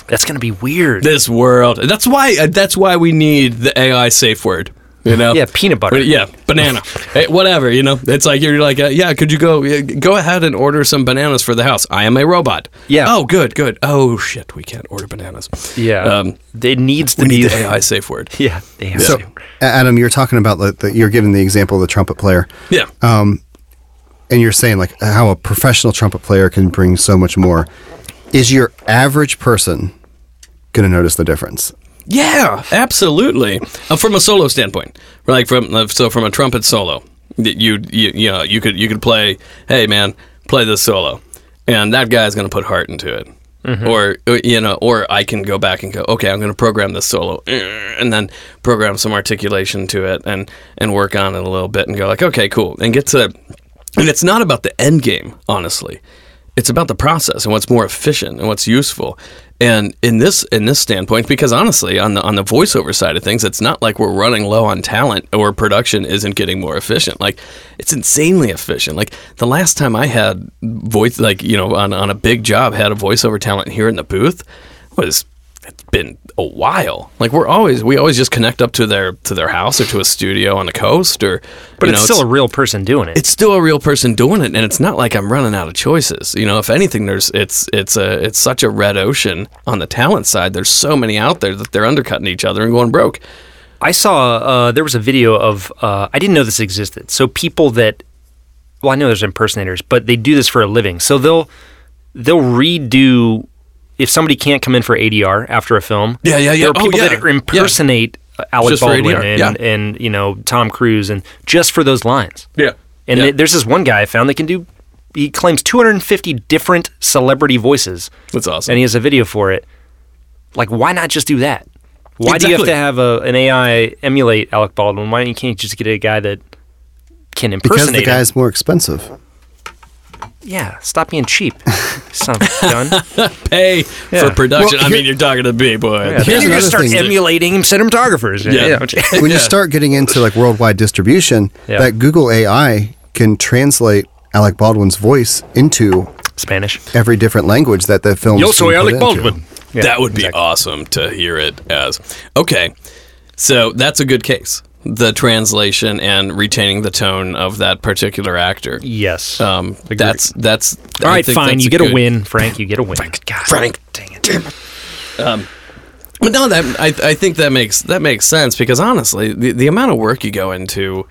That's gonna be weird. this world. That's why. uh, That's why we need the AI safe word. You know. Yeah, peanut butter. Or, Yeah, banana. Hey, whatever. You know. It's like you're like, uh, yeah. Could you go yeah, go ahead and order some bananas for the house? I am a robot. Yeah. Oh, good, good. Oh shit, we can't order bananas. Yeah, Um, it needs to we be need the AI safe word. Yeah, they have so, to. A- Adam, you're talking about the, the you're giving the example of the trumpet player, Yeah. and you're saying like how a professional trumpet player can bring so much more. Is your average person going to notice the difference? Yeah, absolutely. Uh, from a solo standpoint, like from uh, so from a trumpet solo, that you you you know you could you could play, hey man, play this solo, and that guy's gonna put heart into it. Or uh, you know, or I can go back and go, okay, I'm going to program this solo, eh, and then program some articulation to it, and and work on it a little bit, and go like, okay, cool, and get to, and it's not about the end game, honestly it's about the process and what's more efficient and what's useful. And in this in this standpoint, because honestly, on the on the voiceover side of things, it's not like we're running low on talent or production isn't getting more efficient. Like it's insanely efficient. Like the last time I had voice, like you know, on on a big job, had a voiceover talent here in the booth was it's been a while. Like we're always we always just connect up to their to their house or to a studio on the coast or But you it's know, still a real person doing it. it's still a real person doing it and it's not like I'm running out of choices. You know, if anything there's it's it's a it's such a red ocean on the talent side. There's so many out there that they're undercutting each other and going broke. I saw uh, there was a video of uh, I didn't know this existed. So people that well, I know there's impersonators, but they do this for a living. So they'll they'll redo if somebody can't come in for ADR after a film. Yeah, yeah, yeah. There are Oh, people yeah. that impersonate Alec Just for Baldwin ADR, and, yeah. and you know Tom Cruise and just for those lines. Yeah. And Yeah. th- there's this one guy I found that can do. He claims 250 different celebrity voices. That's awesome. And he has a video for it. Like, why not just do that? Why do you have Exactly. to have a, an AI emulate Alec Baldwin? Why can't you just get a guy that can Because impersonate? the him? guy's more expensive. yeah, stop being cheap. Son of a gun. Pay Yeah. for production. Well, I here- mean, you're talking to me, boy. Yeah, then Here's you another just start thing. emulating cinematographers. Yeah. When you start getting into like worldwide distribution, Yeah. that Google AI can translate Alec Baldwin's voice into Spanish. every different language that the film. Yo soy Alec Baldwin. that would be awesome to hear it as. Okay, so that's a good case. The translation and retaining the tone of that particular actor. Yes. Um, Agreed. that's that's. I All right, think fine. that's You get good- a win, Frank. You get a win. God, Frank. dang it. But no, that I, I think that makes that makes sense because honestly, the, the amount of work you go into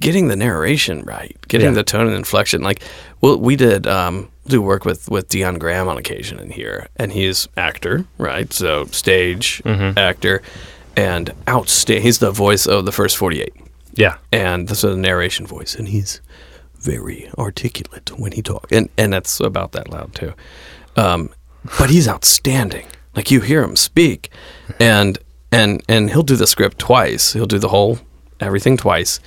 getting the narration right, getting Yeah. the tone and inflection, like well, we did um, do work with with Dion Graham on occasion in here, and he's actor, right? So stage actor, and outstanding. He's the voice of the first forty eight Yeah. and this is a narration voice, and he's very articulate when he talks, and and that's about that loud too. Um, but he's outstanding. Like you hear him speak, and and and he'll do the script twice. He'll do the whole everything twice.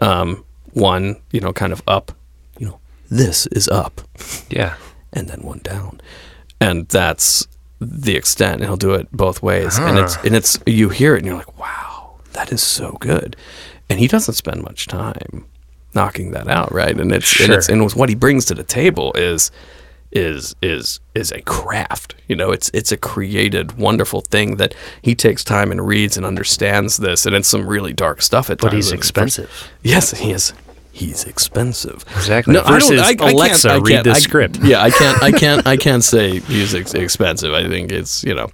Um, one, you know, kind of up, you know, this is up, Yeah. and then one down, and that's the extent. And he'll do it both ways, and it's and it's you hear it and you're like, wow, that is so good, and he doesn't spend much time knocking that out, right? And it's and it's Sure. and with what he brings to the table is is is is a craft. You know, it's it's a created, wonderful thing that he takes time and reads and understands this, and it's some really dark stuff at But he's times. And it's- expensive. Yes, he is. He's expensive. Exactly. I don't- Versus I- I can't- Alexa, I read can't- this I- script. Yeah, I can't. I can't. I can't say he's ex- expensive. I think it's you know,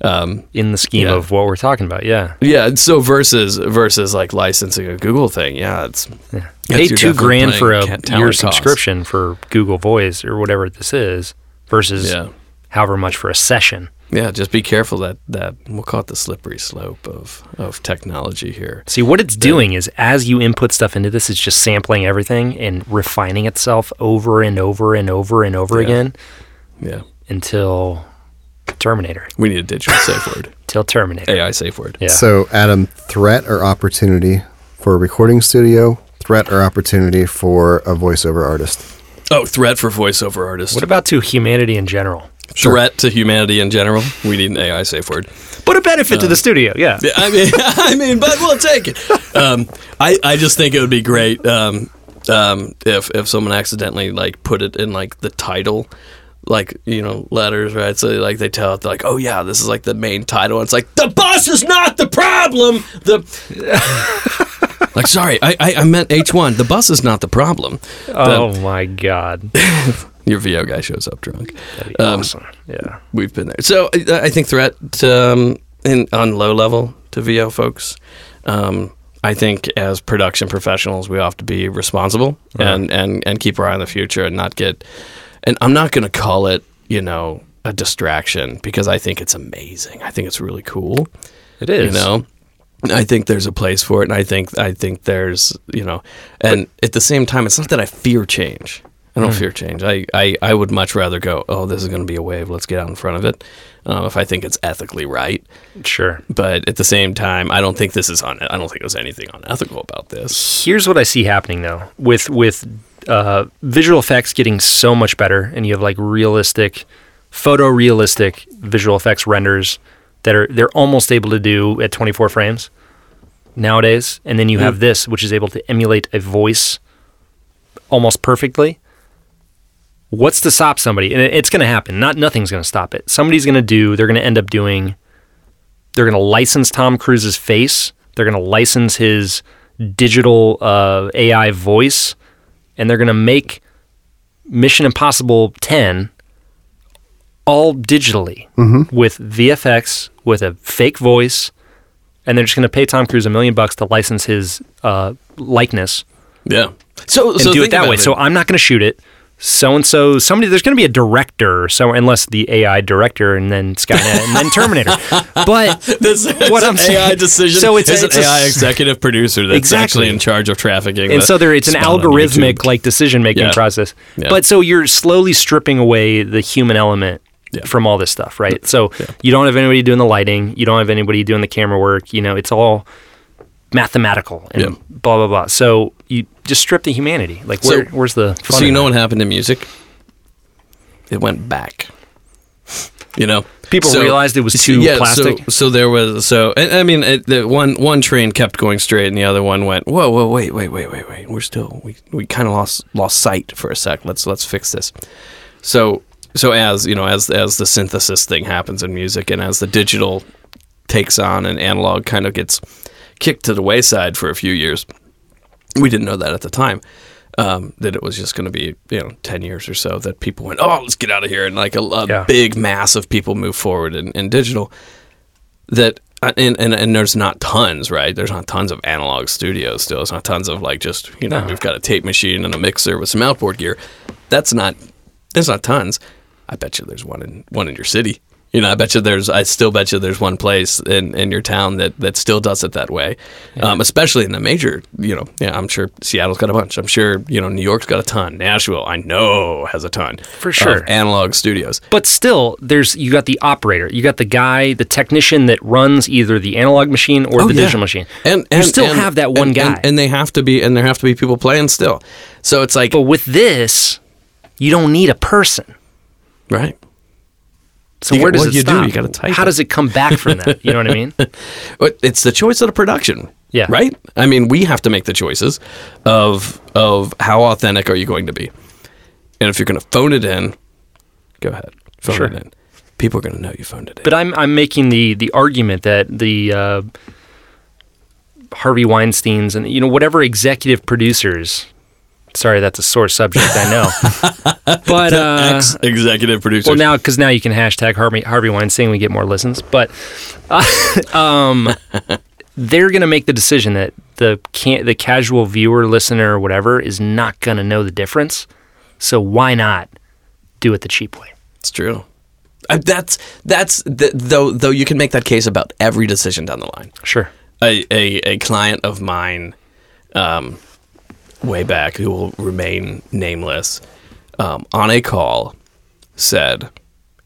um, In the scheme Yeah. of what we're talking about, yeah. yeah. and So versus versus like licensing a Google thing. Yeah, it's yeah. Pay two grand for a year subscription for Google Voice or whatever this is, versus Yeah. however much for a session. Yeah, just be careful that that we'll call it the slippery slope of of technology here. See, what it's doing is as you input stuff into this, it's just sampling everything and refining itself over and over and over and over Yeah. again Yeah, until Terminator. we need a digital safe word, Till Terminator. AI safe word. Yeah. So, Adam, threat or opportunity for a recording studio? Threat or opportunity for a voiceover artist? Oh, threat for voiceover artists. what about to humanity in general? threat to humanity in general? We need an AI safe word. But a benefit to the studio, yeah. Uh, Yeah, I mean, I mean, but we'll take it. Um, I, I just think it would be great um, um, if if someone accidentally like put it in like the title, like you know letters, right? So like they tell it they're like, oh yeah, this is like the main title. And it's like the bus is not the problem. The like, sorry, I, I, I meant H one. The bus is not the problem. Oh my god. That'd Your VO guy shows up drunk. be Um, awesome. Yeah. We've been there. So I, I think threat um, in, on low level to VO folks. Um, I think as production professionals, we have to be responsible and, and, and keep our eye on the future and not get. And I'm not going to call it, you know, a distraction because I think it's amazing. I think it's really cool. It is. You know, I think there's a place for it, and I think I think there's you know, and at the same time, it's not that I fear change. Hmm. I don't fear change. I, I, I would much rather go. Oh, this is going to be a wave. Let's get out in front of it. Um, if I think it's ethically right, Sure. but at the same time, I don't think this is on. I don't think there's anything unethical about this. Here's what I see happening though, with with uh, visual effects getting so much better, and you have like realistic, photorealistic visual effects renders that are they're almost able to do at 24 frames nowadays, and then you have this, which is able to emulate a voice almost perfectly. What's to stop somebody? And it- it's going to happen. Not nothing's going to stop it. Somebody's going to do. They're going to end up doing they're going to license Tom Cruise's face. They're going to license his digital uh, AI voice, and they're going to make Mission Impossible 10 all digitally Mm-hmm. with VFX, with a fake voice, and they're just going to pay Tom Cruise a million bucks to license his uh, likeness Yeah. So and so do think it that about way. So I'm not going to shoot it. So and so, somebody. There's going to be a director, so unless the AI director, and then Skynet, and then Terminator. But This is What an I'm AI saying- decision. So it's a- is it's a an AI s- executive producer that's Exactly. actually in charge of trafficking. and the so there it's an spot on YouTube. algorithmic like decision making Yeah. process Yeah. but so you're slowly stripping away the human element Yeah. from all this stuff right so you don't have anybody doing the lighting you don't have anybody doing the camera work you know it's all mathematical and Yeah. blah blah blah so you just strip the humanity like So- where, where's the fun so you in know that? what happened to music? It went back. You know, People realized it was too plastic? So, so there was so and, I mean, it, the one one train kept going straight, and the other one went. Whoa, whoa, wait, wait, wait, wait, wait. We're still we we kind of lost lost sight for a sec. Let's let's fix this. So so as you know, as as the synthesis thing happens in music, and as the digital takes on and analog kind of gets kicked to the wayside for a few years, we didn't know that at the time um, that it was just going to be you know 10 years or so that people went oh let's get out of here and like a, a Yeah. big mass of people move forward in, in digital that uh, and, and and there's not tons right there's not tons of analog studios still there's not tons of like just you know we've got a tape machine and a mixer with some outboard gear that's not there's not tons i bet you there's one in one in your city you know i bet you there's i still bet you there's one place in, in your town that that still does it that way um, especially in the major you know yeah i'm sure seattle's got a bunch i'm sure you know new york's got a ton nashville i know has a ton for sure. analog studios But still, there's you got the operator, you got the guy, the technician that runs either the analog machine or the Oh, yeah. digital machine, and, and you still and- have that one and- guy. and, and they have to be and there have to be people playing still so it's like but with this, you don't need a person. right So You- where does well, it you do, stop? you gotta type How it. does it come back from that? You know what I mean? But it's the choice of the production Yeah. right i mean we have to make the choices of of how authentic are you going to be and if you're going to phone it in go ahead phone Sure. it in people are going to know you phoned it in But I'm I'm making the the argument that the uh, Harvey Weinstein's and you know whatever executive producers. Sorry, that's a sore subject. I know, but uh, ex executive producer well now because now you can hashtag Harvey Harvey Weinstein, we get more listens. But uh, um, they're going to make the decision that the can the casual viewer, listener, whatever is not going to know the difference. So why not do it the cheap way? It's true. Uh, that's that's th- though though you can make that case about every decision down the line. Sure. A a, a client of mine, um, way back who will remain nameless, um, on a call, said,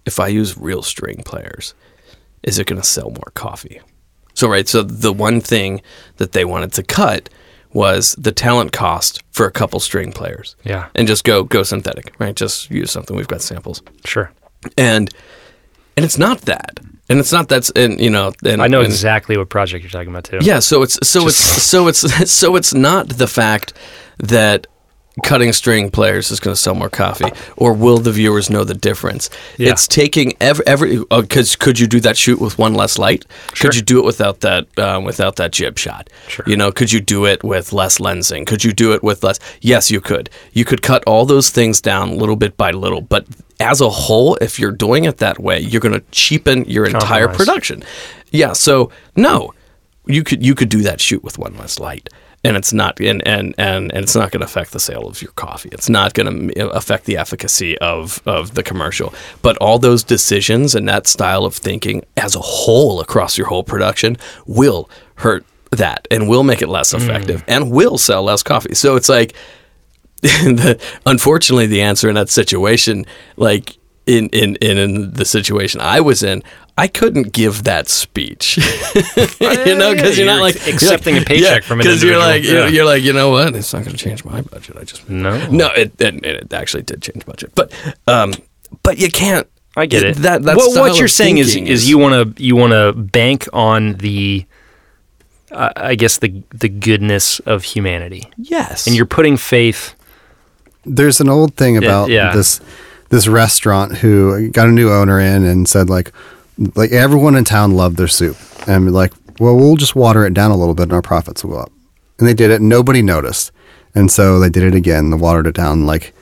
"If I use real string players, is it going to sell more coffee?" So right, so the one thing that they wanted to cut was the talent cost for a couple string players. Yeah. And just go go synthetic, right? Just use something we've got samples Sure. and and it's not that and it's not that's and you know and I know and, exactly what project you're talking about too. yeah so it's so it's so it's so it's not the fact that cutting string players is going to sell more coffee or will the viewers know the difference Yeah. it's taking every every because could you do that shoot with one less light Sure. could you do it without that um, without that jib shot Sure. you know could you do it with less lensing could you do it with less yes you could you could cut all those things down little bit by little but as a whole if you're doing it that way you're going to cheapen your entire Compromise. production production. Yeah, so no, you could you could do that shoot with one less light, and it's not and and and, and it's not going to affect the sale of your coffee. It's not going to affect the efficacy of of the commercial. But all those decisions and that style of thinking as a whole across your whole production will hurt that and will make it less effective and will sell less coffee. So it's like the, unfortunately, the answer in that situation, like in, in in in the situation I was in, I couldn't give that speech. you know, because yeah, you're you're not like ex- accepting a yeah, paycheck from an Because you're like individual. you're, Yeah. you're like you know what, it's not going to change my budget. I just No. no. It it, it actually did change budget, but um, but you can't. I get it. That that what, style what you're of saying is, thinking is you want to you want to bank on the, uh, I guess the the goodness of humanity, yes, and you're putting faith. there's an old thing about yeah. this this restaurant who got a new owner in and said like like everyone in town loved their soup and we're like well we'll just water it down a little bit and our profits will go up and they did it and nobody noticed and so they did it again they watered it down like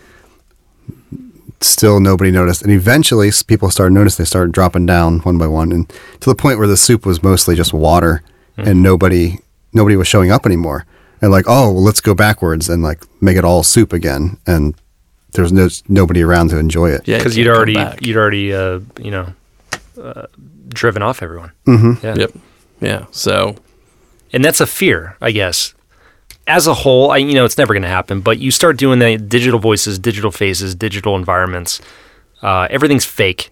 still nobody noticed and eventually s- people started noticing they started dropping down one by one and to the point where the soup was mostly just water and nobody nobody was showing up anymore and like oh well, let's go backwards and like make it all soup again and there's no nobody around to enjoy it Yeah, you because you'd can't come already back. you'd already uh, you know uh, driven off everyone, yep yeah. So and that's a fear, I guess. As a whole, I you know it's never going to happen, but you start doing the digital voices, digital faces, digital environments. Uh, everything's fake.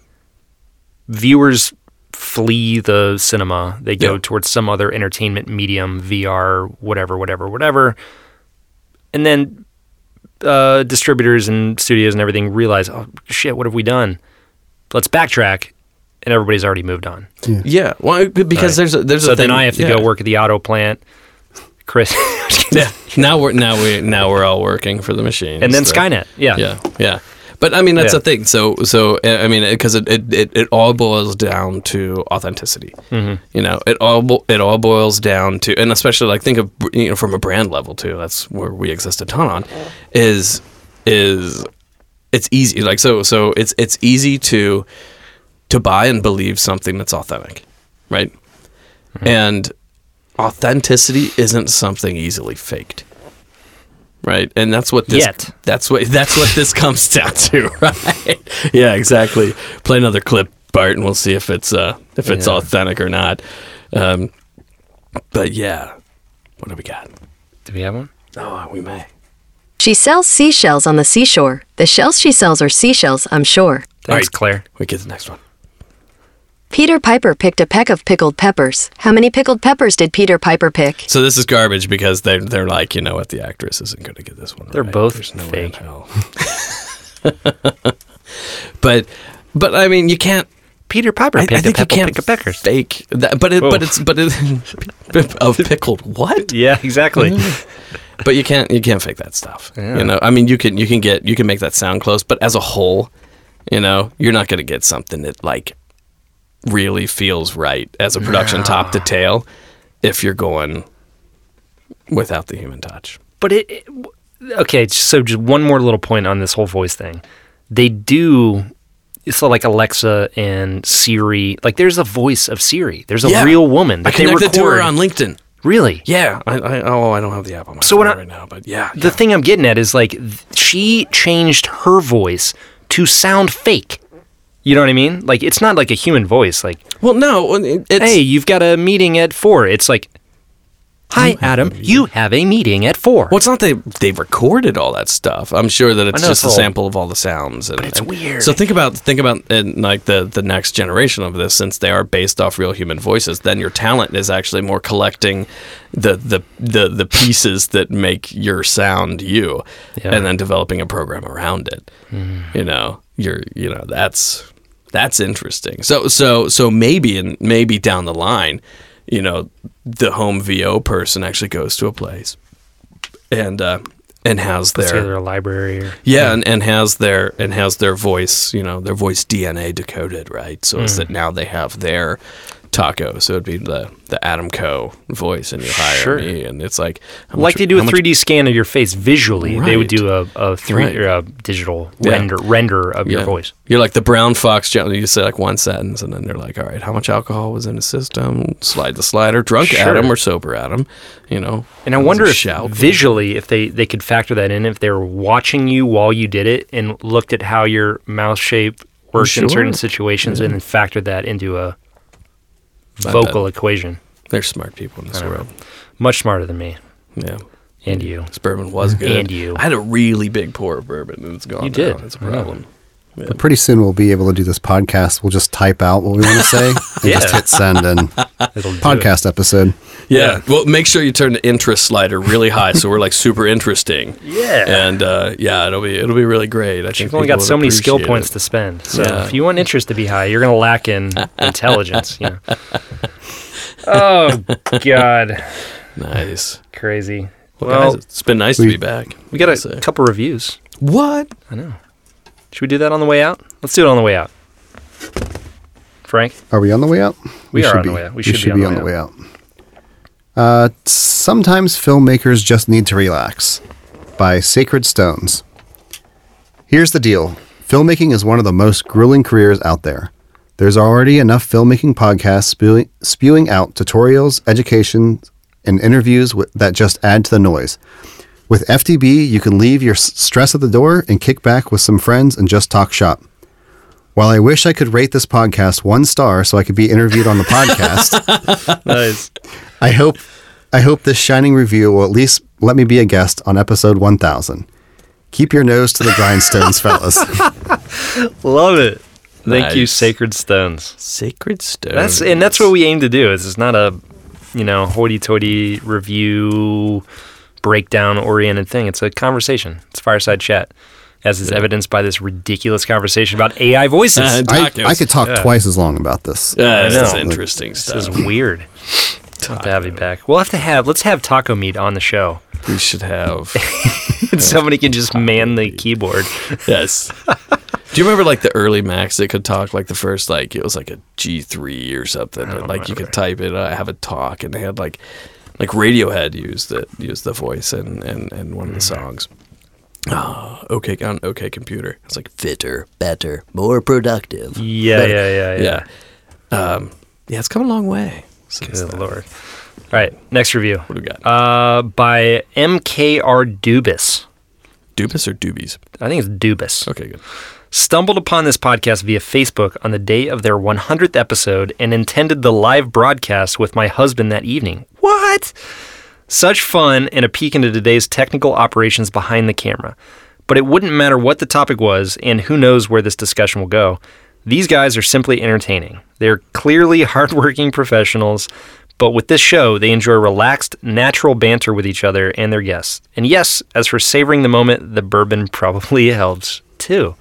Viewers flee the cinema; they go Yeah. towards some other entertainment medium, VR, whatever, whatever, whatever. And then uh, distributors and studios and everything realize, oh shit, what have we done? Let's backtrack and everybody's already moved on. Yeah, well, because Right. there's a, there's a so thing- then I have to yeah. go work at the auto plant. Chris, Yeah, now we're now we now we're all working for the machine, and then Skynet. Yeah. yeah, yeah. But I mean, that's Yeah. the thing. So, so uh, I mean, because it it, it it all boils down to authenticity. Mm-hmm. You know, it all bo- it all boils down to, and especially like think of you know from a brand level too. That's where we exist a ton on. Is is it's easy like so so it's it's easy to to buy and believe something that's authentic, right? And authenticity isn't something easily faked. Right. And that's what this Yet. that's what that's what this comes down to, right? yeah, exactly. Play another clip, Bart, and we'll see if it's uh if it's authentic or not. Um but yeah. What do we got? Do we have one? Oh, we may. She sells seashells on the seashore. The shells she sells are seashells, I'm sure. All Thanks, right. Claire. We get the next one. Peter Piper picked a peck of pickled peppers. How many pickled peppers did Peter Piper pick? So this is garbage because they're they're like, you know what, the actress isn't going to get this one. They're right. both There's no way in fake. hell. but but I mean, you can't. Peter Piper I, I picked think a you pepple can't pick of peckers. fake that. But it, Whoa. but it's but it of pickled what? Yeah, exactly. But you can't you can't fake that stuff. You know, I mean, you can you can get you can make that sound close, but as a whole, you know, you're not going to get something that like really feels right as a production top to tail if you're going without the human touch. but it, it- w- okay so just one more little point on this whole voice thing they do it's like alexa and siri like there's a voice of siri there's a Yeah. real woman I that they connected record to her on LinkedIn. really Yeah. I, I, oh, I don't have the app on my So phone when I- right now, but yeah. the thing i'm getting at is like th- she changed her voice to sound fake you know what i mean like it's not like a human voice like well, no, it- it's hey you've got a meeting at four it's like hi adam you have a meeting at four Well, it's not they they recorded all that stuff. I'm sure that it's know just it's a all- sample of all the sounds. And, but it's weird. So think about think about in, like the the next generation of this, since they are based off real human voices. Then your talent is actually more collecting the the the, the pieces that make your sound you, and then developing a program around it. Mm. You know, you're you know that's that's interesting. So so so maybe and maybe down the line, you know, the home VO person actually goes to a place and uh, and has Let's say their they're a library or yeah, and, and has their and has their voice, you know, their voice DNA decoded, right? So Hmm. it's that now they have their taco. So it'd be the the Adam Co voice, and you hire Sure. me, and it's like how like much- they do a how much- 3D scan of your face visually. They would Right. do a, a three Right. or a digital Yeah. render render of yeah. your voice. You're like the brown fox. Generally, you say like one sentence, and then they're like, "All right, how much alcohol was in the system? Slide the slider. Drunk Sure. Adam or sober Adam? You know." And I Doesn't wonder if shout. visually, if they, they could factor that in, if they were watching you while you did it and looked at how your mouth shape worked in certain sure. situations and then factored that into a I vocal equation. They're smart people in this world. Much smarter than me Yeah. and you. This bourbon was good. And you. I had a really big pour of bourbon and it's gone. You now. did. It's a I know. problem. But pretty soon we'll be able to do this podcast. We'll just type out what we want to say and just Yeah. hit send and podcast episode. Yeah. Well, make sure you turn the interest slider really high so we're like super interesting. Yeah. And uh, yeah, it'll be it'll be really great. I think You've only people got would so many skill appreciate points it. to spend. So Yeah. if you want interest to be high, you're going to lack in intelligence. You know? oh, God. Nice. Crazy. Well, Well, guys, it's been nice to we- be back. we got a I'll say. couple reviews. What? Should we do that on the way out? Let's do it on the way out. Frank, Are we on the way out? We are should on the be. way out. We should be on the way out. Uh, sometimes filmmakers just need to relax. By Sacred Stones. Here's the deal filmmaking is one of the most grueling careers out there. There's already enough filmmaking podcasts spewing, spewing out tutorials, education, and interviews wi- that just add to the noise. With FTB, you can leave your s- stress at the door and kick back with some friends and just talk shop. While I wish I could rate this podcast one star so I could be interviewed on the podcast, nice. I hope I hope this shining review will at least let me be a guest on episode 1000. Keep your nose to the grindstones, fellas. Love it. Thank you, Nice. Sacred Stones. Sacred stone. That's and that's what we aim to do. Is it's not a, you know, hoity-toity review breakdown oriented thing. It's a conversation. It's fireside chat. as is evidenced by this ridiculous conversation about AI voices. Uh, I, Tacos. I could talk twice as long about this. Yeah, this is know. interesting this is stuff. weird. We'll have to have you back. We'll have to have let's have taco meat on the show. We should have. And somebody can just man the keyboard. yes. Do you remember like the early Macs that could talk like the first like it was like a G three or something? and, like you could type it, uh, have a talk, and they had like like Radiohead used it, used the voice and and and one of the songs. Ah, okay on okay computer. It's like fitter, better, more productive. Yeah, Better. yeah, yeah, yeah. yeah. Um, yeah, it's come a long way. Since Good then. lord. All right, next review. What do we got? Uh, by MKR Dubis. Dubis or Doobies? I think it's Dubis. Okay, good. Stumbled upon this podcast via Facebook on the day of their 100th episode and intended the live broadcast with my husband that evening. What? Such fun and a peek into today's technical operations behind the camera. But it wouldn't matter what the topic was, and who knows where this discussion will go. These guys are simply entertaining. They're clearly hardworking professionals, but with this show, they enjoy relaxed, natural banter with each other and their guests. And yes, as for savoring the moment, the bourbon probably helps too.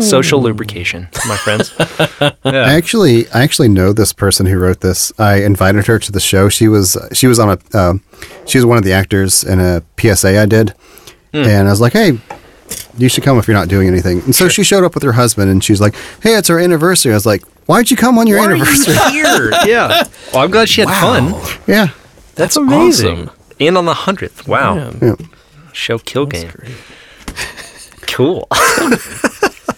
Social lubrication, my friends. I actually, I actually know this person who wrote this. I invited her to the show. She was, she was on a, um, she was one of the actors in a PSA I did, and I was like, hey, you should come if you're not doing anything. And so she showed up with her husband, and she's like, hey, it's our anniversary. I was like, why'd you come on your anniversary? here? Yeah. Well, I'm glad she had fun. yeah, That's amazing. amazing. And on the 100th. Wow. Man, yeah. Show kill that's game. great. Cool.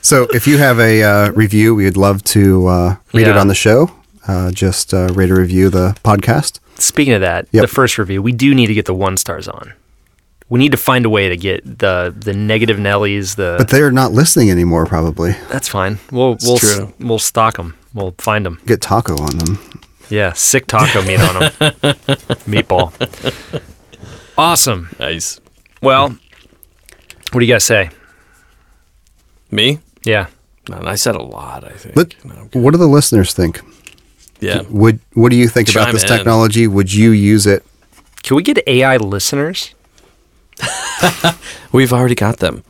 So if you have a uh, review, we would love to uh, read it Yeah. on the show. Uh, just uh, rate or review the podcast. Speaking of that, Yep. the first review, we do need to get the one stars on. We need to find a way to get the the negative Nellies. The But they're not listening anymore, probably. that's fine. We'll we'll s- true. we'll stock them. We'll find them. Get taco on them. Yeah, sick taco meat on them. Meatball. Awesome. Nice. Well, what do you guys say? Me? Yeah. No, I said a lot. I think. But No, I'm good. what do the listeners think? yeah. Would what do you think about Chime this in. technology? Would you use it? Can we get AI listeners? We've already got them.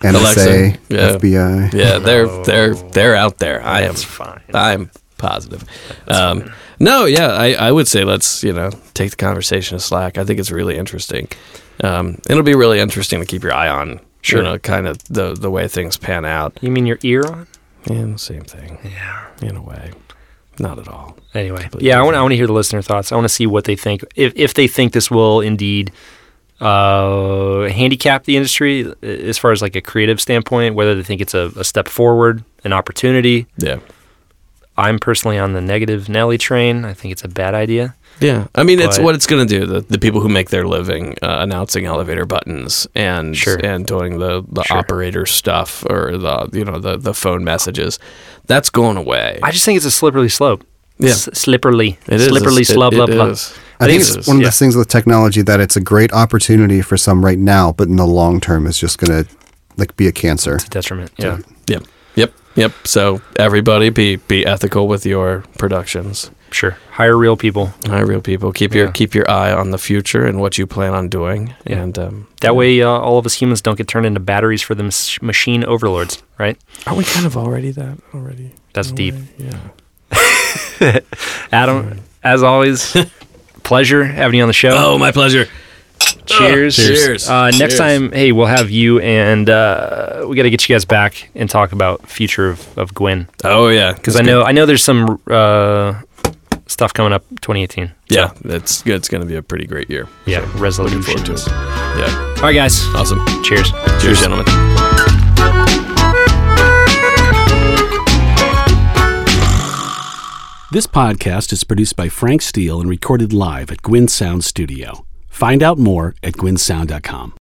NSA, Alexa, yeah. FBI. Yeah, they're they're they're out there. I am Oh. fine. I'm positive. Um, no, yeah, I, I would say let's you know take the conversation to slack. I think it's really interesting. Um, it'll be really interesting to keep your eye on. Sure. You know, kind of the the way things pan out. You mean your ear on? Yeah, same thing. Yeah, in a way, not at all. Anyway, yeah, I want I want to hear the listener thoughts. I want to see what they think. If if they think this will indeed uh, handicap the industry uh, as far as like a creative standpoint, whether they think it's a, a step forward, an opportunity. Yeah, I'm personally on the negative Nelly train. I think it's a bad idea. yeah. I mean, it's But- what it's going to do. The the people who make their living uh, announcing elevator buttons and Sure. and doing the the operator stuff or the you know the the phone messages, that's going away. I just think it's a slippery slope. Yeah. S- slippery. It is. Slippery It's- it- slope. it blah, blah. is. I think It it's is, one of yeah. those things with technology that it's a great opportunity for some right now, but in the long term, it's just going to like be a cancer. Detriment. Yeah. Yep. Yep. Yep. So everybody be be ethical with your productions. Sure. Hire real people. Hire real people. Keep your Yeah. keep your eye on the future and what you plan on doing. And um, That way, uh, all of us humans don't get turned into batteries for the mach- machine overlords, right? are we kind of already that already? That's In a deep. way? Yeah. Adam, as always, pleasure having you on the show. Oh, my pleasure. cheers. Cheers. Uh, next Cheers. time, hey, we'll have you and uh, we got to get you guys back and talk about future of, of Gwen Oh yeah. because I know I know there's some uh, stuff coming up 2018. Yeah. That's good. It's going to be a pretty great year. Yeah, Looking forward to resolutions. it. Yeah. All right, guys. Awesome. Cheers. Cheers, gentlemen. This podcast is produced by Frank Steele and recorded live at Gwyn Sound Studio. Find out more at gwynsound.com.